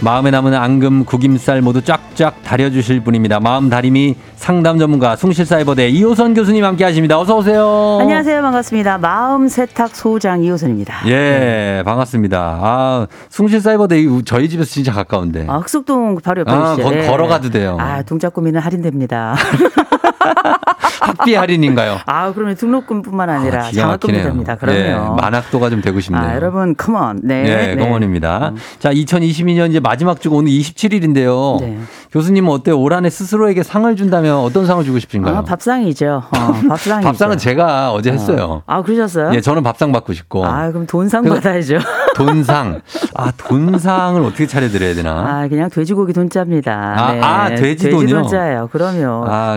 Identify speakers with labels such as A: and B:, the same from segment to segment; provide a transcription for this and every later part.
A: 마음에 남은 앙금, 구김살 모두 쫙쫙 다려주실 분입니다. 마음 다림이 상담 전문가 숭실사이버대 이호선 교수님 함께 하십니다. 어서 오세요.
B: 안녕하세요. 반갑습니다. 마음 세탁 소장 이호선입니다.
A: 예, 반갑습니다. 아, 숭실 사이버데이 우- 저희 집에서 진짜 가까운데.
B: 아, 흑석동 바로 옆에
A: 아,
B: 오시죠.
A: 거- 걸어가도 돼요.
B: 아, 동작구미는 할인됩니다.
A: 학비 할인인가요?
B: 아, 그러면 등록금뿐만 아니라
A: 기가 막히네요.
B: 장학금도 됩니다. 그럼요.
A: 예, 만학도가 좀 되고 싶네요.
B: 아, 여러분, 컴온. 네.
A: 예,
B: 네.
A: 공원입니다. 자, 2022년 이제 마지막 주고 오늘 27일인데요.
B: 네.
A: 교수님은 어때요? 올 한해 스스로에게 상을 준다면 어떤 상을 주고 싶으신가요?
B: 아, 밥상이죠. 어, 밥상이죠.
A: 밥상은 제가 어제 했어요.
B: 아, 그러셨어요?
A: 예, 저는 밥상 받고 싶고 어?
B: 아, 그럼 돈상
A: 그거-
B: 받아야죠.
A: 돈상. 아, 돈상을 어떻게 차려드려야 되나?
B: 아, 그냥 돼지고기 돈짜입니다. 네.
A: 아, 아, 돼지돈이요?
B: 돼지 돈짜예요. 그럼요.
A: 아,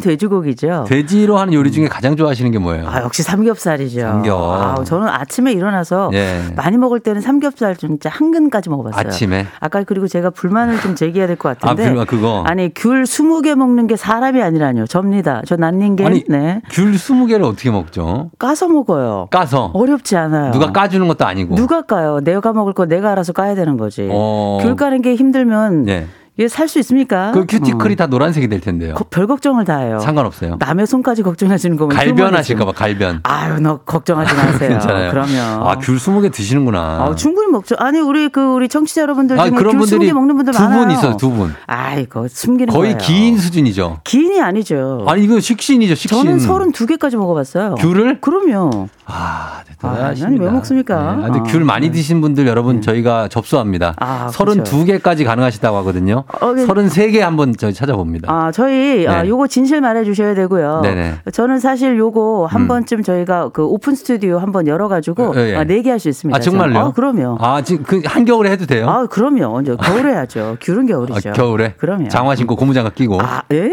A: 그러면
B: 돼지고기죠.
A: 돼지로 하는 요리 중에 가장 좋아하시는 게 뭐예요?
B: 음. 아, 역시 삼겹살이죠.
A: 삼겹.
B: 아, 저는 아침에 일어나서
A: 예.
B: 많이 먹을 때는 삼겹살 좀 진짜 한 근까지 먹어봤어요.
A: 아침에?
B: 아까 그리고 제가 불만을 좀 제기해야 될 것 같은데.
A: 아, 불만, 그거.
B: 아니, 귤 20개 먹는 게 사람이 아니라뇨. 접니다. 저 난닝게.
A: 아니,
B: 네.
A: 귤 20개를 어떻게 먹죠?
B: 까서 먹어요.
A: 까서.
B: 어렵지 않아요.
A: 누가 까주는 것도 아니고.
B: 누가 까요? 내가 먹을 거 내가 알아서 까야 되는 거지.
A: 어.
B: 귤 까는 게 힘들면
A: 예.
B: 이게 살 수 있습니까?
A: 그 큐티클이 다 노란색이 될 텐데요.
B: 어, 거- 별 걱정을 다 해요.
A: 상관없어요.
B: 남의 손까지 걱정하시는 거면
A: 갈변하실까봐, 갈변.
B: 아유, 너 걱정하지 마세요.
A: 괜찮아요.
B: 그럼요.
A: 아, 귤 20개 드시는구나.
B: 아, 충분히 먹죠. 아니 우리 그 우리 청취자 여러분들 중에
A: 아니, 그런
B: 귤
A: 분들이
B: 20개 먹는 분들
A: 두
B: 많아요.
A: 분 있어요, 두 분.
B: 아이고 숨기는
A: 거의
B: 거예요.
A: 기인 수준이죠.
B: 기인이 아니죠.
A: 아니, 이거 식신이죠, 식신.
B: 저는 32개까지 먹어봤어요.
A: 귤을?
B: 그럼요.
A: 아, 대단하십니다.
B: 아니, 왜 먹습니까?
A: 네, 아주
B: 아, 네.
A: 귤 많이 드신 분들 여러분 저희가 접수합니다.
B: 아,
A: 32개까지 가능하시다고 하거든요.
B: 어, 예.
A: 33개 한번 저희 찾아봅니다.
B: 아 저희 아,
A: 네.
B: 요거 진실 말해주셔야 되고요.
A: 네네.
B: 저는 사실 요거 한
A: 음.
B: 번쯤 저희가 그 오픈 스튜디오 한 번 열어가지고
A: 예, 예.
B: 아, 내기할 수 있습니다.
A: 아, 정말요?
B: 저는. 아 그럼요. 아,
A: 아, 지금 그 한겨울에 해도 돼요?
B: 그럼요. 이제 겨울에 하죠. 귤은 겨울이죠.
A: 아, 겨울에?
B: 그럼요.
A: 장화 신고 고무장갑 끼고.
B: 아 예?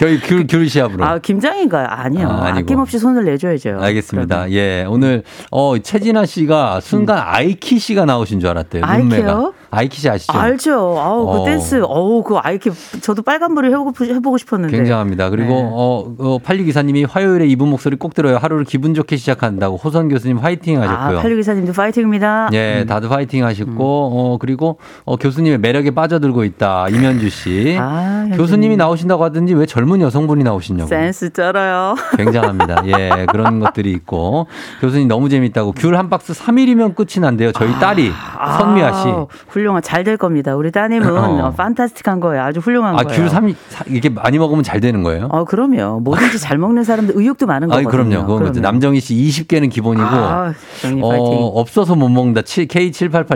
A: 겨울 귤, 귤 시합으로.
B: 아 김장인가요? 아니요.
A: 네. 아,
B: 아,
A: 아니고.
B: 낌없이 손을 내줘야죠.
A: 알겠습니다.
B: 그럼요.
A: 예. 오늘, 어, 최진아 씨가 순간 아이키 씨가 나오신 줄 알았대요.
B: 음. 아이키요?
A: 눈매가. 아이키 씨 아시죠?
B: 알죠. 아우 그
A: 예. 어.
B: 댄스. 어우 그 아이키 저도 빨간불을 해보고 해보고 싶었는데.
A: 굉장합니다. 그리고
B: 네.
A: 어, 어, 86기사님이 화요일에 이분 목소리 꼭 들어요. 하루를 기분 좋게 시작한다고 호선 교수님 화이팅 하셨고요.
B: 아, 팔육 기사님도 음. 파이팅입니다.
A: 예, 다들 화이팅 하셨고, 어, 그리고, 어, 교수님의 매력에 빠져들고 있다. 임현주 씨.
B: 아, 현주님.
A: 교수님이 나오신다고 하든지 왜 젊은 여성분이 나오시냐고.
B: 센스 쩔어요.
A: 굉장합니다. 예, 그런 것들이 있고. 교수님 너무 재밌다고. 귤 한 박스 3일이면 끝이 난대요. 저희 딸이. 선미아 씨.
B: 아, 아우, 훌륭한 잘 될 겁니다. 우리 따님은
A: 어.
B: 어, 판타스틱한 거예요. 아주 훌륭한
A: 아,
B: 거예요.
A: 귤 3, 이게 많이 먹으면 잘 되는 거예요?
B: 어 그럼요. 뭐든지 잘 먹는 사람들 의욕도 많은
A: 아,
B: 거거든요.
A: 그럼요. 그건 그렇죠. 남정희 씨 20개는 기본이고.
B: 아, 정님
A: 어,
B: 파이팅.
A: 없어서 못 먹는다. 칠-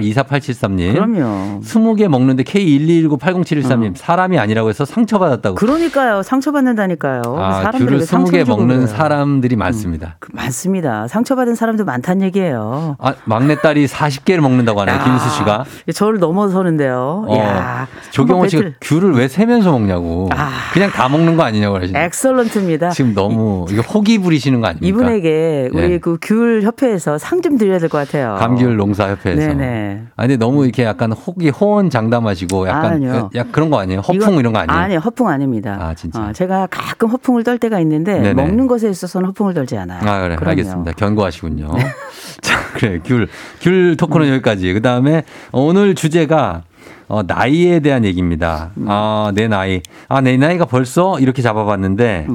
A: K78848773님.
B: 그럼요. 음.
A: 20개 먹는데 K121807713님. 사람이 아니라고 해서 상처받았다고.
B: 그러니까요. 상처받는다니까요.
A: 아,
B: 사람들을
A: 귤을
B: 왜
A: 20개
B: 상처를 주고
A: 먹는
B: 그래요?
A: 사람들이 많습니다.
B: 그, 많습니다. 상처받은 사람도 많다는 얘기예요.
A: 아, 막내딸이 40개를 먹는다고 하네요,
B: 야,
A: 김수 씨가.
B: 저를 넘어서는데요.
A: 어,
B: 야,
A: 조경호 씨가
B: 한번 배틀.
A: 귤을 왜 세면서 먹냐고.
B: 아.
A: 그냥 다 먹는 거 아니냐고 하시는데.
B: 엑설런트입니다.
A: 예. 지금 그러니까. 너무 이거 호기 부리시는 거 아닙니까?
B: 이분에게 우리
A: 네.
B: 그 귤 협회에서 상 좀 드려야 될 것 같아요.
A: 감귤 농사 협회에서.
B: 네네.
A: 아 근데 너무 이렇게 약간 호기 호언 장담하시고 약간
B: 아니요.
A: 약 그런 거 아니에요? 허풍
B: 이건-
A: 이런 거 아니에요?
B: 아니요, 허풍 아닙니다.
A: 아, 진짜.
B: 어, 제가 가끔 허풍을 떨 때가 있는데
A: 네네.
B: 먹는 것에 있어서는 허풍을 떨지 않아요.
A: 아, 그래.
B: 그럼요. 네.
A: 알겠습니다. 견고하시군요. 자, 그래. 귤, 귤 토크는 여기까지. 그 다음에 오늘 주제가 어, 나이에 대한 얘기입니다.
B: 음.
A: 아, 내 나이. 아, 내 나이가 벌써 이렇게 잡아봤는데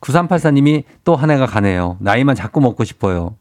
A: 9384님이 또 한 해가 가네요. 나이만 자꾸 먹고 싶어요.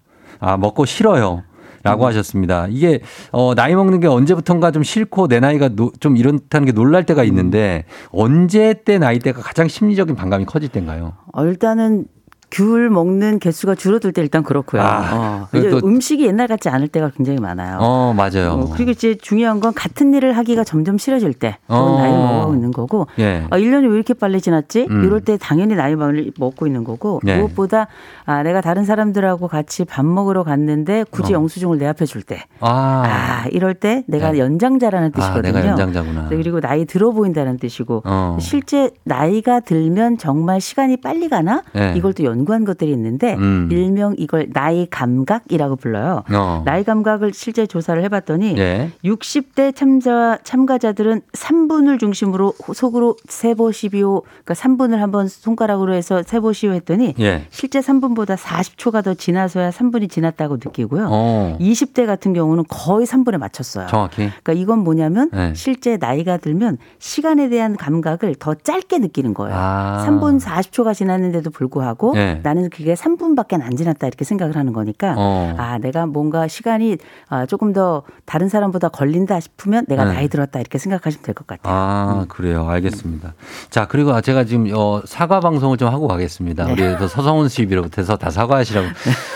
A: 아, 먹고 싫어요.
B: 음.
A: 라고 하셨습니다. 이게 어 나이 먹는 게 언제부턴가 좀 싫고 내 나이가 노, 좀 이렇다는 게 놀랄 때가
B: 음.
A: 있는데 언제 때 나이 대가 가장 심리적인 반감이 커질 때인가요?
B: 어, 일단은 귤 먹는 개수가 줄어들 때 일단 그렇고요.
A: 아,
B: 어. 이제
A: 그리고 또-
B: 음식이 옛날 같지 않을 때가 굉장히 많아요.
A: 어, 맞아요.
B: 어, 그리고 이제 중요한 건 같은 일을 하기가 점점 싫어질 때
A: 어.
B: 그런 나이 먹고 있는 거고
A: 예.
B: 아, 1년이 왜 이렇게 빨리 지났지?
A: 음.
B: 이럴 때 당연히 나이 많이 먹고 있는 거고
A: 예.
B: 무엇보다 아, 내가 다른 사람들하고 같이 밥 먹으러 갔는데 굳이
A: 어.
B: 영수증을 내 앞에 줄 때.
A: 아,
B: 아, 이럴 때 내가
A: 네.
B: 연장자라는
A: 아,
B: 뜻이거든요.
A: 내가 연장자구나.
B: 네, 그리고 나이 들어 보인다는 뜻이고
A: 어.
B: 실제 나이가 들면 정말 시간이 빨리 가나
A: 네.
B: 이걸 또 연구한 것들이 있는데
A: 음.
B: 일명 이걸 나이 감각이라고 불러요.
A: 어.
B: 나이 감각을 실제 조사를 해봤더니
A: 예.
B: 60대 참자, 참가자들은 3분을 중심으로 호- 속으로 세보시비오, 그러니까 3분을 한번 손가락으로 해서 세보시오 했더니
A: 예.
B: 실제 3분보다 40초가 더 지나서야 3분이 지났다고 느끼고요.
A: 어.
B: 20대 같은 경우는 거의 3분에 맞췄어요.
A: 정확히.
B: 그러니까 이건 뭐냐면
A: 네.
B: 실제 나이가 들면 시간에 대한 감각을 더 짧게 느끼는 거예요.
A: 아.
B: 3분 40초가 지났는데도 불구하고
A: 네.
B: 나는 그게 3분밖에 안 지났다 이렇게 생각을 하는 거니까
A: 어.
B: 아 내가 뭔가 시간이 아, 조금 더 다른 사람보다 걸린다 싶으면 내가
A: 네.
B: 나이 들었다 이렇게 생각하시면 될 것 같아요. 음.
A: 아, 그래요. 알겠습니다. 자, 그리고 제가 지금 어, 사과 방송을 좀 하고
B: 네.
A: 가겠습니다. 우리 또 서성훈 씨 비롯해서 다 사과하시라고.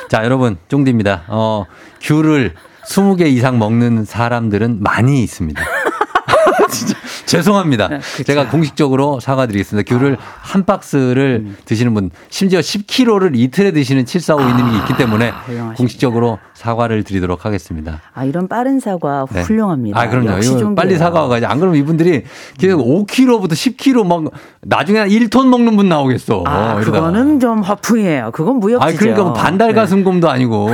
A: 자, 여러분, 쫑디입니다. 어, 귤을 20개 이상 먹는 사람들은 많이 있습니다. 진짜 죄송합니다.
B: 네,
A: 제가 공식적으로 사과드리겠습니다.
B: 아.
A: 귤을 한 박스를
B: 음.
A: 드시는 분, 심지어 10kg를 이틀에 드시는 7452님이 있기 때문에
B: 아, 훌륭하십니다.
A: 공식적으로 사과를 드리도록 하겠습니다.
B: 아 이런 빠른 사과
A: 네.
B: 훌륭합니다.
A: 아, 그럼요.
B: 역시
A: 이거
B: 좀
A: 빨리
B: 그래요.
A: 사과가지. 안 그러면 이분들이 계속 5kg부터 10kg 막 나중에 한 1톤 먹는 분 나오겠어.
B: 아
A: 어, 이러다가.
B: 그거는 좀 화풍이에요. 그건
A: 아니,
B: 무역지죠. 네.
A: 그러니까 뭐 반달 가슴곰도 아니고.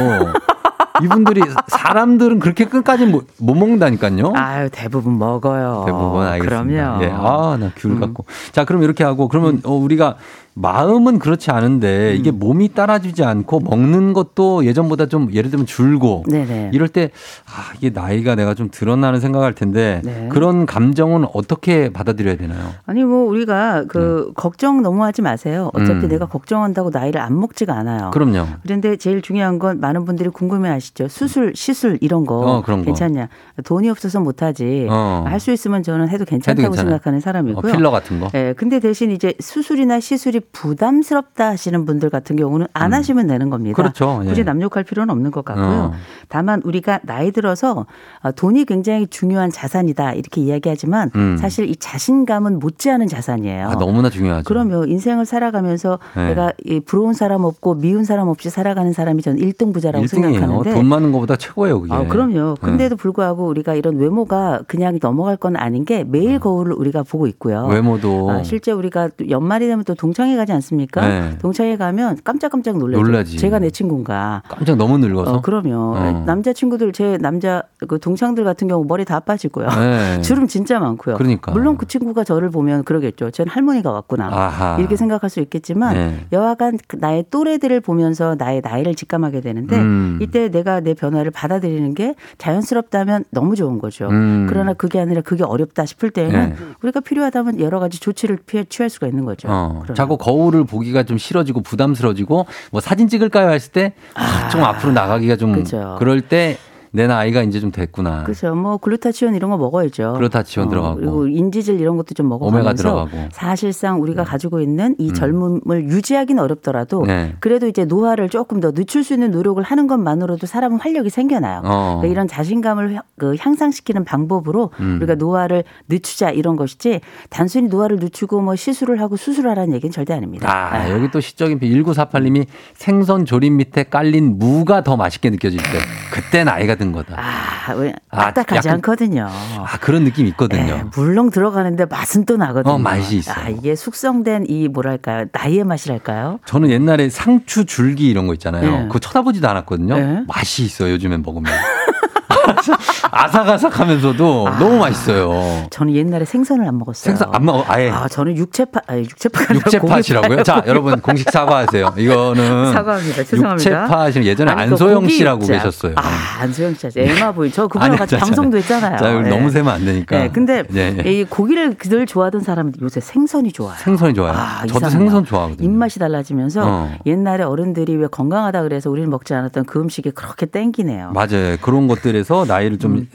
A: 이분들이 사람들은 그렇게 끝까지 못, 못 먹는다니까요.
B: 네. 아유 대부분 먹어요.
A: 대부분 알겠습니다.
B: 그럼요. 음.
A: 예. 아, 나 귤 갖고. 자, 그럼 이렇게 하고 그러면 어, 우리가 마음은 그렇지 않은데
B: 음.
A: 이게 몸이 따라주지 않고 먹는 것도 예전보다 좀 예를 들면 줄고
B: 네네.
A: 이럴 때 아, 이게 나이가 내가 좀 드러나는 생각할 텐데
B: 네.
A: 그런 감정은 어떻게 받아들여야 되나요?
B: 아니 뭐 우리가 그 걱정 너무 하지 마세요. 어차피
A: 네. 음.
B: 내가 걱정한다고 나이를 안 먹지가 않아요.
A: 그럼요. 어,
B: 그런데 제일 중요한 건 많은 분들이 궁금해 하시죠. 수술, 시술 이런 거
A: 어, 그런 거.
B: 괜찮냐? 돈이 없어서 못 하지.
A: 어.
B: 할 수 있으면 저는 해도 괜찮다고
A: 괜찮아요.
B: 생각하는
A: 어,
B: 사람이고요.
A: 필러 같은 거.
B: 예, 근데 대신 이제 수술이나 시술이 부담스럽다 하시는 분들 같은 경우는 안 하시면 되는 겁니다.
A: 음. 그렇죠. 예.
B: 굳이 남욕할 필요는 없는 것 같고요.
A: 어.
B: 다만 우리가 나이 들어서 아, 돈이 굉장히 중요한 자산이다 이렇게 이야기하지만
A: 음.
B: 사실 이 자신감은 못지않은 자산이에요.
A: 아, 너무나 중요하죠.
B: 그럼요. 인생을 살아가면서
A: 네.
B: 내가 이 부러운 사람 없고 미운 사람 없이 살아가는 사람이 저는 1등 부자라고
A: 1등이에요.
B: 생각하는데
A: 돈 많은 것보다 최고예요, 그게.
B: 아, 그럼요. 근데도 불구하고 우리가 이런 외모가 그냥 넘어갈 건 아닌 게
A: 음.
B: 매일 거울을 우리가 보고 있고요.
A: 네. 외모도
B: 아, 실제 우리가 또 연말이 되면 또 동창회 가지 않습니까?
A: 네.
B: 동창회 가면 깜짝깜짝 놀라죠.
A: 놀라지.
B: 제가 내 친구인가.
A: 깜짝 너무 늙어서.
B: 어, 그럼요.
A: 어.
B: 남자친구들, 제 남자, 그 동창들 같은 경우 머리 다 빠지고요.
A: 네.
B: 주름 진짜 많고요.
A: 그러니까.
B: 물론 그 친구가 저를 보면 그러겠죠. 전 할머니가 왔구나.
A: 아하.
B: 이렇게 생각할 수 있겠지만
A: 네.
B: 여하간 그 나의 또래들을 보면서 나의 나이를 직감하게 되는데
A: 음.
B: 이때 내가 내 변화를 받아들이는 게 자연스럽다면 너무 좋은 거죠.
A: 음.
B: 그러나 그게 아니라 그게 어렵다 싶을 때는
A: 네.
B: 우리가 필요하다면 여러 가지 조치를 피해 취할 수가 있는 거죠. 그러니까.
A: 어,
B: 그러면.
A: 자꾸 거울을 보기가 좀 싫어지고 부담스러워지고 뭐 사진 찍을까요 했을 때좀 아, 앞으로 나가기가 좀
B: 아, 그죠.
A: 그럴 때 내 나이가 이제 좀 됐구나.
B: 그렇죠. 뭐 글루타치온 이런 거 먹어야죠.
A: 네. 글루타치온 들어가고.
B: 그리고 인지질 이런 것도 좀
A: 오메가
B: 먹어가면서
A: 들어가고.
B: 사실상 우리가 가지고 있는 이 젊음을 유지하기는 어렵더라도
A: 네.
B: 그래도 이제 노화를 조금 더 늦출 수 있는 노력을 하는 것만으로도 사람은 활력이 생겨나요.
A: 어.
B: 그러니까 이런 자신감을 향- 그 향상시키는 방법으로
A: 음.
B: 우리가 노화를 늦추자 이런 것이지 단순히 노화를 늦추고 뭐 시술을 하고 수술하라는 얘기는 절대 아닙니다.
A: 아, 여기 또 시적인 1948님이 생선 조림 밑에 깔린 무가 더 맛있게 느껴질 때 그때 나이가 든 거다.
B: 아, 왜
A: 아,
B: 딱딱하지
A: 약간-
B: 않거든요.
A: 아 그런 느낌 이 있거든요.
B: 예, 물렁 들어가는데 맛은 또 나거든요.
A: 어, 맛이 있어요.
B: 아, 이게 숙성된 이 뭐랄까요? 나이의 맛이랄까요?
A: 저는 옛날에 상추 줄기 이런 거 있잖아요.
B: 네.
A: 그거 쳐다보지도 않았거든요.
B: 네.
A: 맛이 있어요, 요즘엔 먹으면. 아삭아삭 하면서도 너무 맛있어요.
B: 저는 옛날에 생선을 안 먹었어요.
A: 생선 안 먹어, 아예.
B: 아, 저는 육체파, 아니, 육체파가 아니라
A: 육체파시라고요?
B: 고기파요.
A: 자, 여러분 공식 사과하세요. 이거는
B: 사과합니다. 죄송합니다.
A: 육체파 하시면 예전에
B: 아니, 그
A: 안소영
B: 고기
A: 씨라고
B: 육자.
A: 계셨어요. 음. 네.
B: 아, 안소영 씨. 에마 보이. 저 그분하고
A: 아니,
B: 같이
A: 자, 자,
B: 방송도 했잖아요.
A: 자,
B: 예.
A: 너무 세면 안 되니까.
B: 예, 근데
A: 예, 예.
B: 이 고기를 늘 좋아하던 사람은 요새 생선이 좋아요.
A: 생선이 좋아요.
B: 아,
A: 저도
B: 이상해요.
A: 생선 좋아하거든요.
B: 입맛이 달라지면서
A: 어.
B: 옛날에 어른들이 왜 건강하다 그래서 우리는 먹지 않았던 그 음식이 그렇게 땡기네요.
A: 맞아요. 그런 것들에서
B: 음.
A: 어, 나이를 좀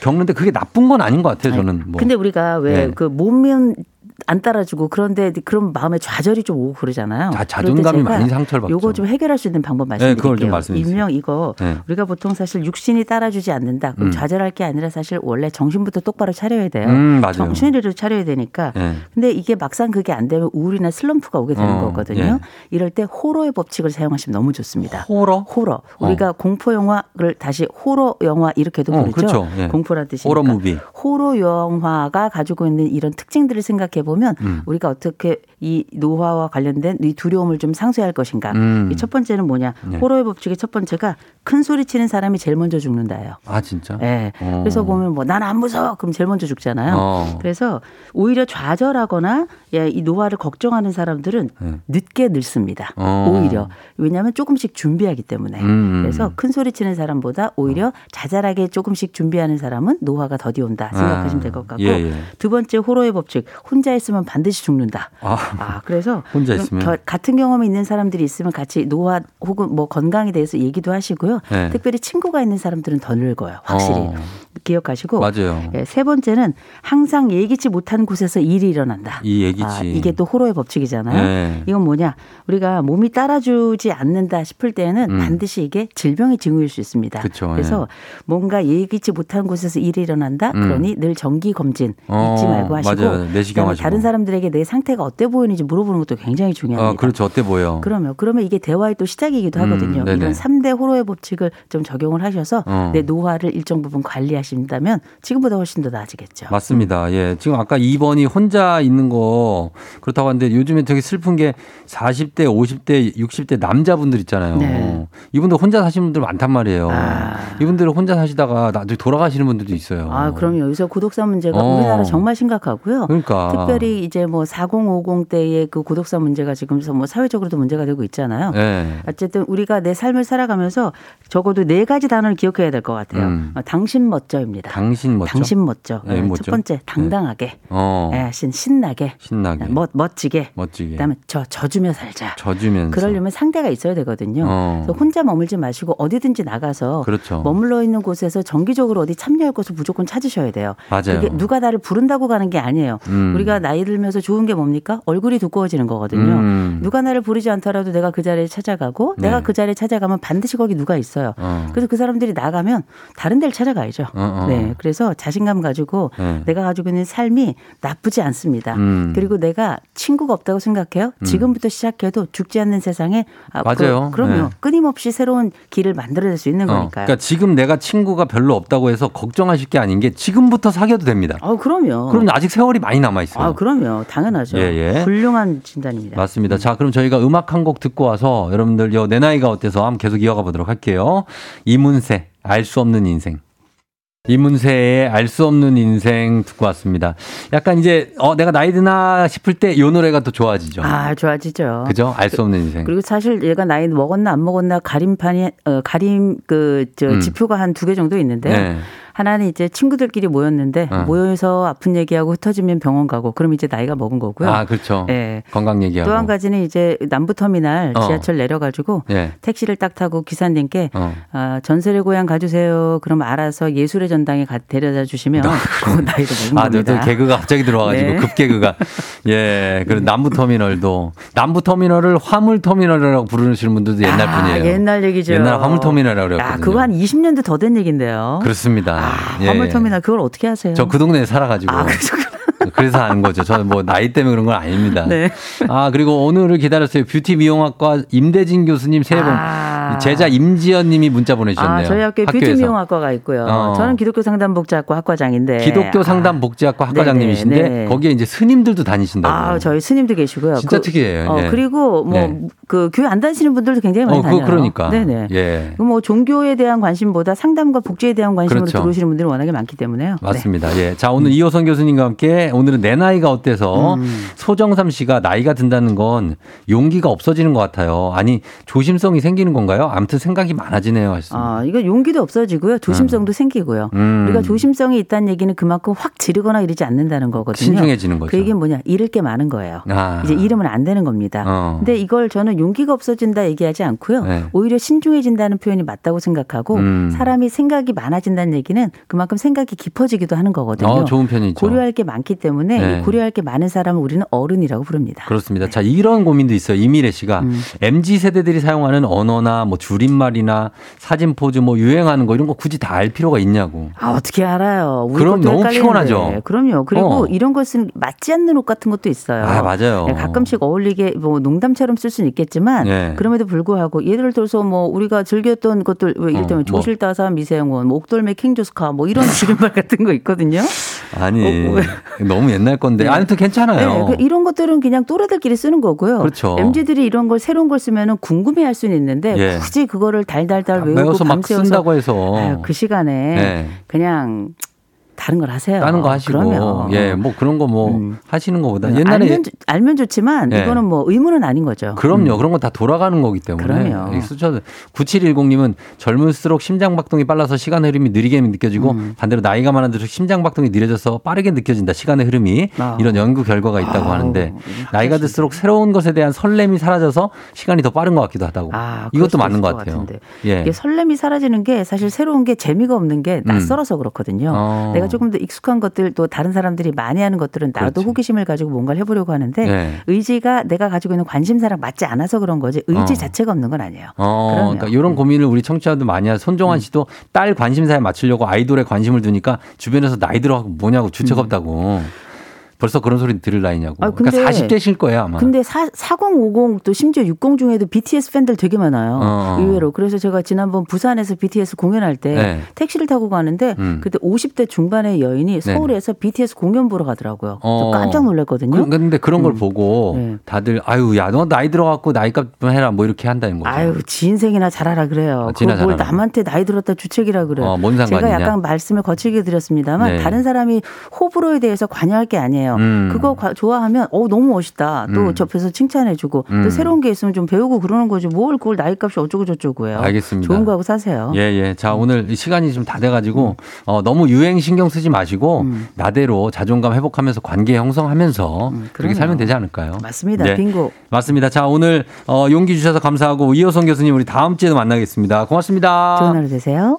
A: 겪는데 그게 나쁜 건 아닌 것 같아요. 저는 뭐.
B: 근데 우리가 왜
A: 네.
B: 그 몸면 안 따라주고 그런데 그런 마음에 좌절이 좀 오고 그러잖아요.
A: 자, 자존감이
B: 그럴 때 제가
A: 많이 상처를 받죠. 네,
B: 요거 좀 해결할 수 있는 방법 말씀드릴게요.
A: 그걸 좀 말씀해 주세요.
B: 일명 이거
A: 네.
B: 우리가 보통 사실 육신이 따라주지 않는다. 그럼
A: 음.
B: 좌절할 게 아니라 사실 원래 정신부터 똑바로 차려야 돼요.
A: 음, 맞아요.
B: 정신을 차려야 되니까.
A: 예.
B: 근데 이게 막상 그게 안 되면 우울이나 슬럼프가 오게 되는
A: 어,
B: 거거든요.
A: 예.
B: 이럴 때 호러의 법칙을 사용하시면 너무 좋습니다.
A: 호러?
B: 호러. 우리가 공포 영화를 다시 호러 영화 이렇게도
A: 어,
B: 부르죠.
A: 그렇죠. 예.
B: 공포란 뜻이니까.
A: 호러 무비.
B: 호러 영화가 가지고 있는 이런 특징들을 생각해 보면
A: 음.
B: 우리가 어떻게 이 노화와 관련된 이 두려움을 좀 상쇄할 것인가.
A: 음.
B: 이 첫 번째는 뭐냐?
A: 네.
B: 호러의 법칙의 첫 번째가 큰 소리 치는 사람이 제일 먼저 죽는다예요.
A: 아 진짜?
B: 예.
A: 어.
B: 그래서 보면 뭐 나는 안 무서워. 그럼 제일 먼저 죽잖아요.
A: 어.
B: 그래서 오히려 좌절하거나 예, 이 노화를 걱정하는 사람들은
A: 네.
B: 늦게 늙습니다.
A: 어.
B: 오히려 왜냐하면 조금씩 준비하기 때문에
A: 음. 어.
B: 그래서 큰 소리 치는 사람보다 오히려 자잘하게 조금씩 준비하는 사람은 노화가 더디 온다 생각하시면 될 것 같고
A: 아, 예, 예.
B: 두 번째 호러의 법칙 혼자 있으면 반드시 죽는다.
A: 아,
B: 아, 그래서
A: 혼자
B: 그럼
A: 있으면.
B: 겨- 같은 경험이 있는 사람들이 있으면 같이 노화 혹은 뭐 건강에 대해서 얘기도 하시고요.
A: 네.
B: 특별히 친구가 있는 사람들은 더 늙어요. 확실히
A: 어.
B: 기억하시고
A: 맞아요.
B: 예, 세 번째는 항상 예기치 못한 곳에서 일이 일어난다.
A: 이 얘기지.
B: 아, 이게 또 호러의 법칙이잖아요.
A: 예.
B: 이건 뭐냐? 우리가 몸이 따라주지 않는다 싶을 때는 반드시 이게 질병의 징후일 수 있습니다.
A: 음. 그쵸, 예.
B: 래서 뭔가 예기치 못한 곳에서 일이 일어난다.
A: 음.
B: 그러니 늘 정기 검진
A: 어,
B: 잊지 말고 하시고
A: 맞아요. 내시경
B: 그다음에
A: 하시고.
B: 다른 사람들에게 내 상태가 어때 보이는지 물어보는 것도 굉장히 중요합니다.
A: 아, 그렇죠. 어때 보여?
B: 그러면 그러면 이게 대화의 또 시작이기도
A: 음,
B: 하거든요.
A: 네네.
B: 이런 3대 호로의 법칙을 좀 적용을 하셔서
A: 어.
B: 내 노화를 일정 부분 관리하신다면 지금보다 훨씬 더 나아지겠죠.
A: 맞습니다. 예. 지금 아까 2번이 혼자 있는 거 그렇다고 하는데 요즘에 되게 슬픈 게 40대, 50대, 60대 남자분들 있잖아요.
B: 네.
A: 이분들 혼자 사시는 분들 많단 말이에요.
B: 아.
A: 이분들 혼자 사시다가 나중에 돌아가시는 분들도 있어요.
B: 아, 그럼 여기서 고독사 문제가
A: 어.
B: 우리나라 정말 심각하고요.
A: 그러니까.
B: 특별히 이제 뭐 4050 때의 그 고독사 문제가 지금 뭐 사회적으로도 문제가 되고 있잖아요.
A: 예.
B: 어쨌든 우리가 내 삶을 살아가면서 적어도 네 가지 단어를 기억해야 될 것 같아요.
A: 음.
B: 어, 당신 멋져입니다.
A: 당신 멋져.
B: 당신 멋져.
A: 네,
B: 첫
A: 멋져.
B: 번째 당당하게,
A: 어. 예.
B: 예, 신 신나게, 네,
A: 신나게.
B: 멋 멋지게.
A: 멋지게.
B: 그다음에 저 져주며 살자.
A: 젖으면서.
B: 그러려면 상대가 있어야 되거든요.
A: 어.
B: 그래서 혼자 머물지 마시고 어디든지 나가서
A: 그렇죠.
B: 머물러 있는 곳에서 정기적으로 어디 참여할 곳을 무조건 찾으셔야 돼요.
A: 맞아요.
B: 그게 누가 나를 부른다고 가는 게 아니에요.
A: 음.
B: 우리가 나이 들면서 좋은 게 뭡니까? 얼굴이 두꺼워지는 거거든요.
A: 음.
B: 누가 나를 부르지 않더라도 내가 그 자리에 찾아가고
A: 네.
B: 내가 그 자리에 찾아가면 반드시 거기 누가 있어요.
A: 어.
B: 그래서 그 사람들이 나가면 다른 데를 찾아가야죠.
A: 어, 어.
B: 네. 그래서 자신감 가지고
A: 네.
B: 내가 가지고 있는 삶이 나쁘지 않습니다.
A: 음.
B: 그리고 내가 친구가 없다고 생각해요. 지금부터 시작해도 죽지 않는 세상에
A: 맞아요.
B: 그럼요.
A: 네.
B: 끊임없이 새로운 길을 만들어낼 수 있는
A: 어,
B: 거니까요.
A: 그러니까 지금 내가 친구가 별로 없다고 해서 걱정하실 게 아닌 게 지금부터 사귀어도 됩니다.
B: 아, 그럼요.
A: 그럼 아직 세월이 많이 남아 있어요.
B: 아, 그럼요. 당연하죠.
A: 예, 예.
B: 훌륭한 진단입니다.
A: 맞습니다. 자, 그럼 저희가 음악 한 곡 듣고 와서 여러분들 요 내 나이가 어때서 한번 계속 이어가 보도록 할게요. 이문세 알 수 없는 인생. 이문세의 알 수 없는 인생 듣고 왔습니다. 약간 이제 어 내가 나이 드나 싶을 때 요 노래가 또 좋아지죠.
B: 아, 좋아지죠.
A: 그죠? 알 수 없는 인생.
B: 그리고 사실 얘가 나이 먹었나 안 먹었나 가림판이 어, 가림 그저
A: 음.
B: 지표가 한 두 개 정도 있는데 요
A: 네.
B: 하나는 이제 친구들끼리 모였는데
A: 어.
B: 모여서 아픈 얘기하고 흩어지면 병원 가고 그럼 이제 나이가 먹은 거고요.
A: 아, 그렇죠.
B: 예.
A: 건강 얘기하고.
B: 또 한 가지는 이제 남부터미널
A: 어.
B: 지하철 내려가지고
A: 예.
B: 택시를 딱 타고 기사님께
A: 어.
B: 아, 전설의 고향 가주세요. 그럼 알아서 예술의 전당에 가, 데려다 주시면 그 나이도 먹은
A: 아, 네, 또
B: 겁니다.
A: 개그가 갑자기 들어와가지고
B: 네.
A: 급 개그가 예, 그리고 남부 터미널도 남부 터미널을 화물 터미널이라고 부르시는 분들도 옛날
B: 아,
A: 분이에요.
B: 옛날 얘기죠.
A: 옛날 화물 터미널이라고 그랬거든요.
B: 아, 그거 한 20년도 더 된 얘기인데요.
A: 그렇습니다.
B: 아,
A: 예.
B: 화물 터미널 그걸 어떻게 하세요?
A: 저 그 동네에 살아가지고.
B: 아, 그래서
A: 그래서 아는 거죠. 저는 뭐 나이 때문에 그런 건 아닙니다.
B: 네.
A: 아 그리고 오늘을 기다렸어요. 뷰티 미용학과 임대진 교수님 새해 복
B: 아.
A: 제자 임지연님이 문자 보내주셨네요.
B: 아, 저희 학교에
A: 학교에서.
B: 뷰티미용학과가 있고요.
A: 어.
B: 저는 기독교 상담복지학과 학과장인데 아.
A: 기독교 상담 복지학과 학과장님이신데
B: 네, 네.
A: 거기에 이제 스님들도 다니신다고.
B: 아, 저희 스님도 계시고요.
A: 진짜 특이해요.
B: 어,
A: 예.
B: 그리고 뭐
A: 예.
B: 그 교회 안 다니시는 분들도 굉장히 많이
A: 어,
B: 다녀요.
A: 그거 그러니까.
B: 네네.
A: 예.
B: 그뭐 종교에 대한 관심보다 상담과 복지에 대한 관심으로
A: 그렇죠.
B: 들어오시는 분들이 워낙에 많기 때문에요. 네.
A: 맞습니다. 예. 자, 오늘 이호선 교수님과 함께 오늘은 내 나이가 어때서
B: 음.
A: 소정삼 씨가 나이가 든다는 건 용기가 없어지는 것 같아요. 아니, 조심성이 생기는 건가요? 건가요? 아무튼 생각이 많아지네요. 하셨습니다.
B: 아, 이거 용기도 없어지고요. 조심성도 생기고요.
A: 음.
B: 우리가 조심성이 있다는 얘기는 그만큼 확 지르거나 이러지 않는다는 거거든요.
A: 신중해지는 거죠.
B: 그 얘기는 뭐냐? 잃을 게 많은 거예요.
A: 아.
B: 이제 네, 잃으면 안 되는 겁니다.
A: 어.
B: 근데 이걸 저는 용기가 없어진다 얘기하지 않고요.
A: 네.
B: 오히려 신중해진다는 표현이 맞다고 생각하고
A: 음.
B: 사람이 생각이 많아진다는 얘기는 그만큼 생각이 깊어지기도 하는 거거든요.
A: 어, 좋은 편이죠.
B: 고려할 게 많기 때문에
A: 네.
B: 이 고려할 게 많은 사람을 우리는 어른이라고 부릅니다.
A: 그렇습니다. 자, 이런 고민도 있어요. 이미래 씨가
B: 음.
A: MZ 세대들이 사용하는 언어나 뭐 줄임말이나 사진 포즈 뭐 유행하는 거 이런 거 굳이 다 알 필요가 있냐고.
B: 아 어떻게 알아요? 우리
A: 그럼
B: 것도
A: 너무
B: 헷갈리는데.
A: 피곤하죠.
B: 그럼요. 그리고
A: 어.
B: 이런 것은 맞지 않는 옷 같은 것도 있어요.
A: 아, 맞아요.
B: 네, 가끔씩 어울리게 뭐 농담처럼 쓸 수는 있겠지만
A: 예.
B: 그럼에도 불구하고 예를 들어서 뭐 우리가 즐겼던 것들 왜 이를테면
A: 어, 뭐. 네.
B: 조실 따사 미세영원, 뭐 옥돌매 킹조스카 뭐 이런 줄임말 같은 거 있거든요.
A: 아니,
B: 어, 왜?
A: 너무 옛날 건데. 아무튼 괜찮아요.
B: 네, 그 이런 것들은 그냥 또래들끼리 쓰는 거고요.
A: 어. 그렇죠.
B: MZ들이 이런 걸 새로운 걸 쓰면은 궁금해할 수는 있는데
A: 예.
B: 굳이 그거를 달달달
A: 아,
B: 외우고
A: 외워서 막
B: 밤새워서
A: 쓴다고 해서.
B: 아유, 그 시간에
A: 네.
B: 그냥 다른 걸 하세요.
A: 다른 거 하시고.
B: 그러면 어. 음.
A: 예, 뭐 그런 거 뭐 하시는 거보다 옛날에
B: 알면, 좋- 알면 좋지만
A: 예.
B: 이거는 뭐 의무는 아닌 거죠. 음.
A: 그럼요. 그런 건 다 돌아가는 거기 때문에.
B: 그럼요.
A: 예, 수천 9710님은 젊을수록 심장 박동이 빨라서 시간의 흐름이 느리게 느껴지고
B: 음.
A: 반대로 나이가 많아질수록 심장 박동이 느려져서 빠르게 느껴진다. 시간의 흐름이
B: 아.
A: 이런 연구 결과가 있다고
B: 아우,
A: 하는데
B: 이거
A: 나이가 들수록 새로운 것에 대한 설렘이 사라져서 시간이 더 빠른 것 같기도 하다고.
B: 아, 그럴
A: 이것도
B: 수도
A: 맞는
B: 있을
A: 것
B: 것
A: 같아요.
B: 같은데.
A: 예. 음.
B: 이게 설렘이 사라지는 게 사실 새로운 게 재미가 없는 게 낯설어서 그렇거든요.
A: 어.
B: 내가 조금 더 익숙한 것들 또 다른 사람들이 많이 하는 것들은 나도
A: 그렇지.
B: 호기심을 가지고 뭔가를 해보려고 하는데
A: 예.
B: 의지가 내가 가지고 있는 관심사랑 맞지 않아서 그런 거지 의지
A: 어.
B: 자체가 없는 건 아니에요.
A: 어,
B: 그럼요.
A: 그러니까 이런 고민을 우리 청취자도 많이 하죠. 손정환 씨도 딸 관심사에 맞추려고 아이돌에 관심을 두니까 주변에서 나이 들어가고 뭐냐고 주책 없다고. 벌써 그런 소리 들을 나이냐고.
B: 음. 아, 근데-
A: 그러니까 40대실 거예요, 아마.
B: 근데 사, 40, 50, 또 심지어 60 중에도 BTS 팬들 되게 많아요.
A: 어.
B: 의외로. 그래서 제가 지난번 부산에서 BTS 공연할 때
A: 네.
B: 택시를 타고 가는데
A: 음.
B: 그때 50대 중반의 여인이 서울에서 BTS 공연 보러 가더라고요.
A: 어.
B: 저 깜짝 놀랐거든요.
A: 그, 근데 그런 걸 보고
B: 네.
A: 다들 아유, 야, 너 나이 들어갖고 나이값 좀 해라 뭐 이렇게 한다는 거죠.
B: 아유, 지 인생이나 잘하라 그래요.
A: 아, 지나
B: 그걸 뭘
A: 잘하라고.
B: 남한테 나이 들었다 주책이라 그래요.
A: 어, 뭔
B: 제가
A: 상관이냐.
B: 약간 말씀을 거칠게 드렸습니다만
A: 네.
B: 다른 사람이 호불호에 대해서 관여할 게 아니에요.
A: 음.
B: 그거 과- 좋아하면 어 너무 멋있다. 또
A: 음.
B: 접해서 칭찬해주고
A: 음.
B: 또 새로운 게 있으면 좀 배우고 그러는 거지 뭘 그걸 나이값이 어쩌고 저쩌고요.
A: 알겠습니다.
B: 좋은 거하고 사세요.
A: 예, 예.
B: 음.
A: 자, 오늘 이 시간이 좀 다 돼가지고, 어, 너무 유행 신경 쓰지 마시고,
B: 음.
A: 나대로 자존감 회복하면서 관계 형성하면서 그렇게
B: 음, 그럼요.
A: 살면 되지 않을까요?
B: 맞습니다.
A: 네.
B: 빙고.
A: 맞습니다. 자, 오늘 어, 용기 주셔서 감사하고 이호성 교수님 우리 다음 주에도 만나겠습니다. 고맙습니다.
B: 좋은 하루 되세요.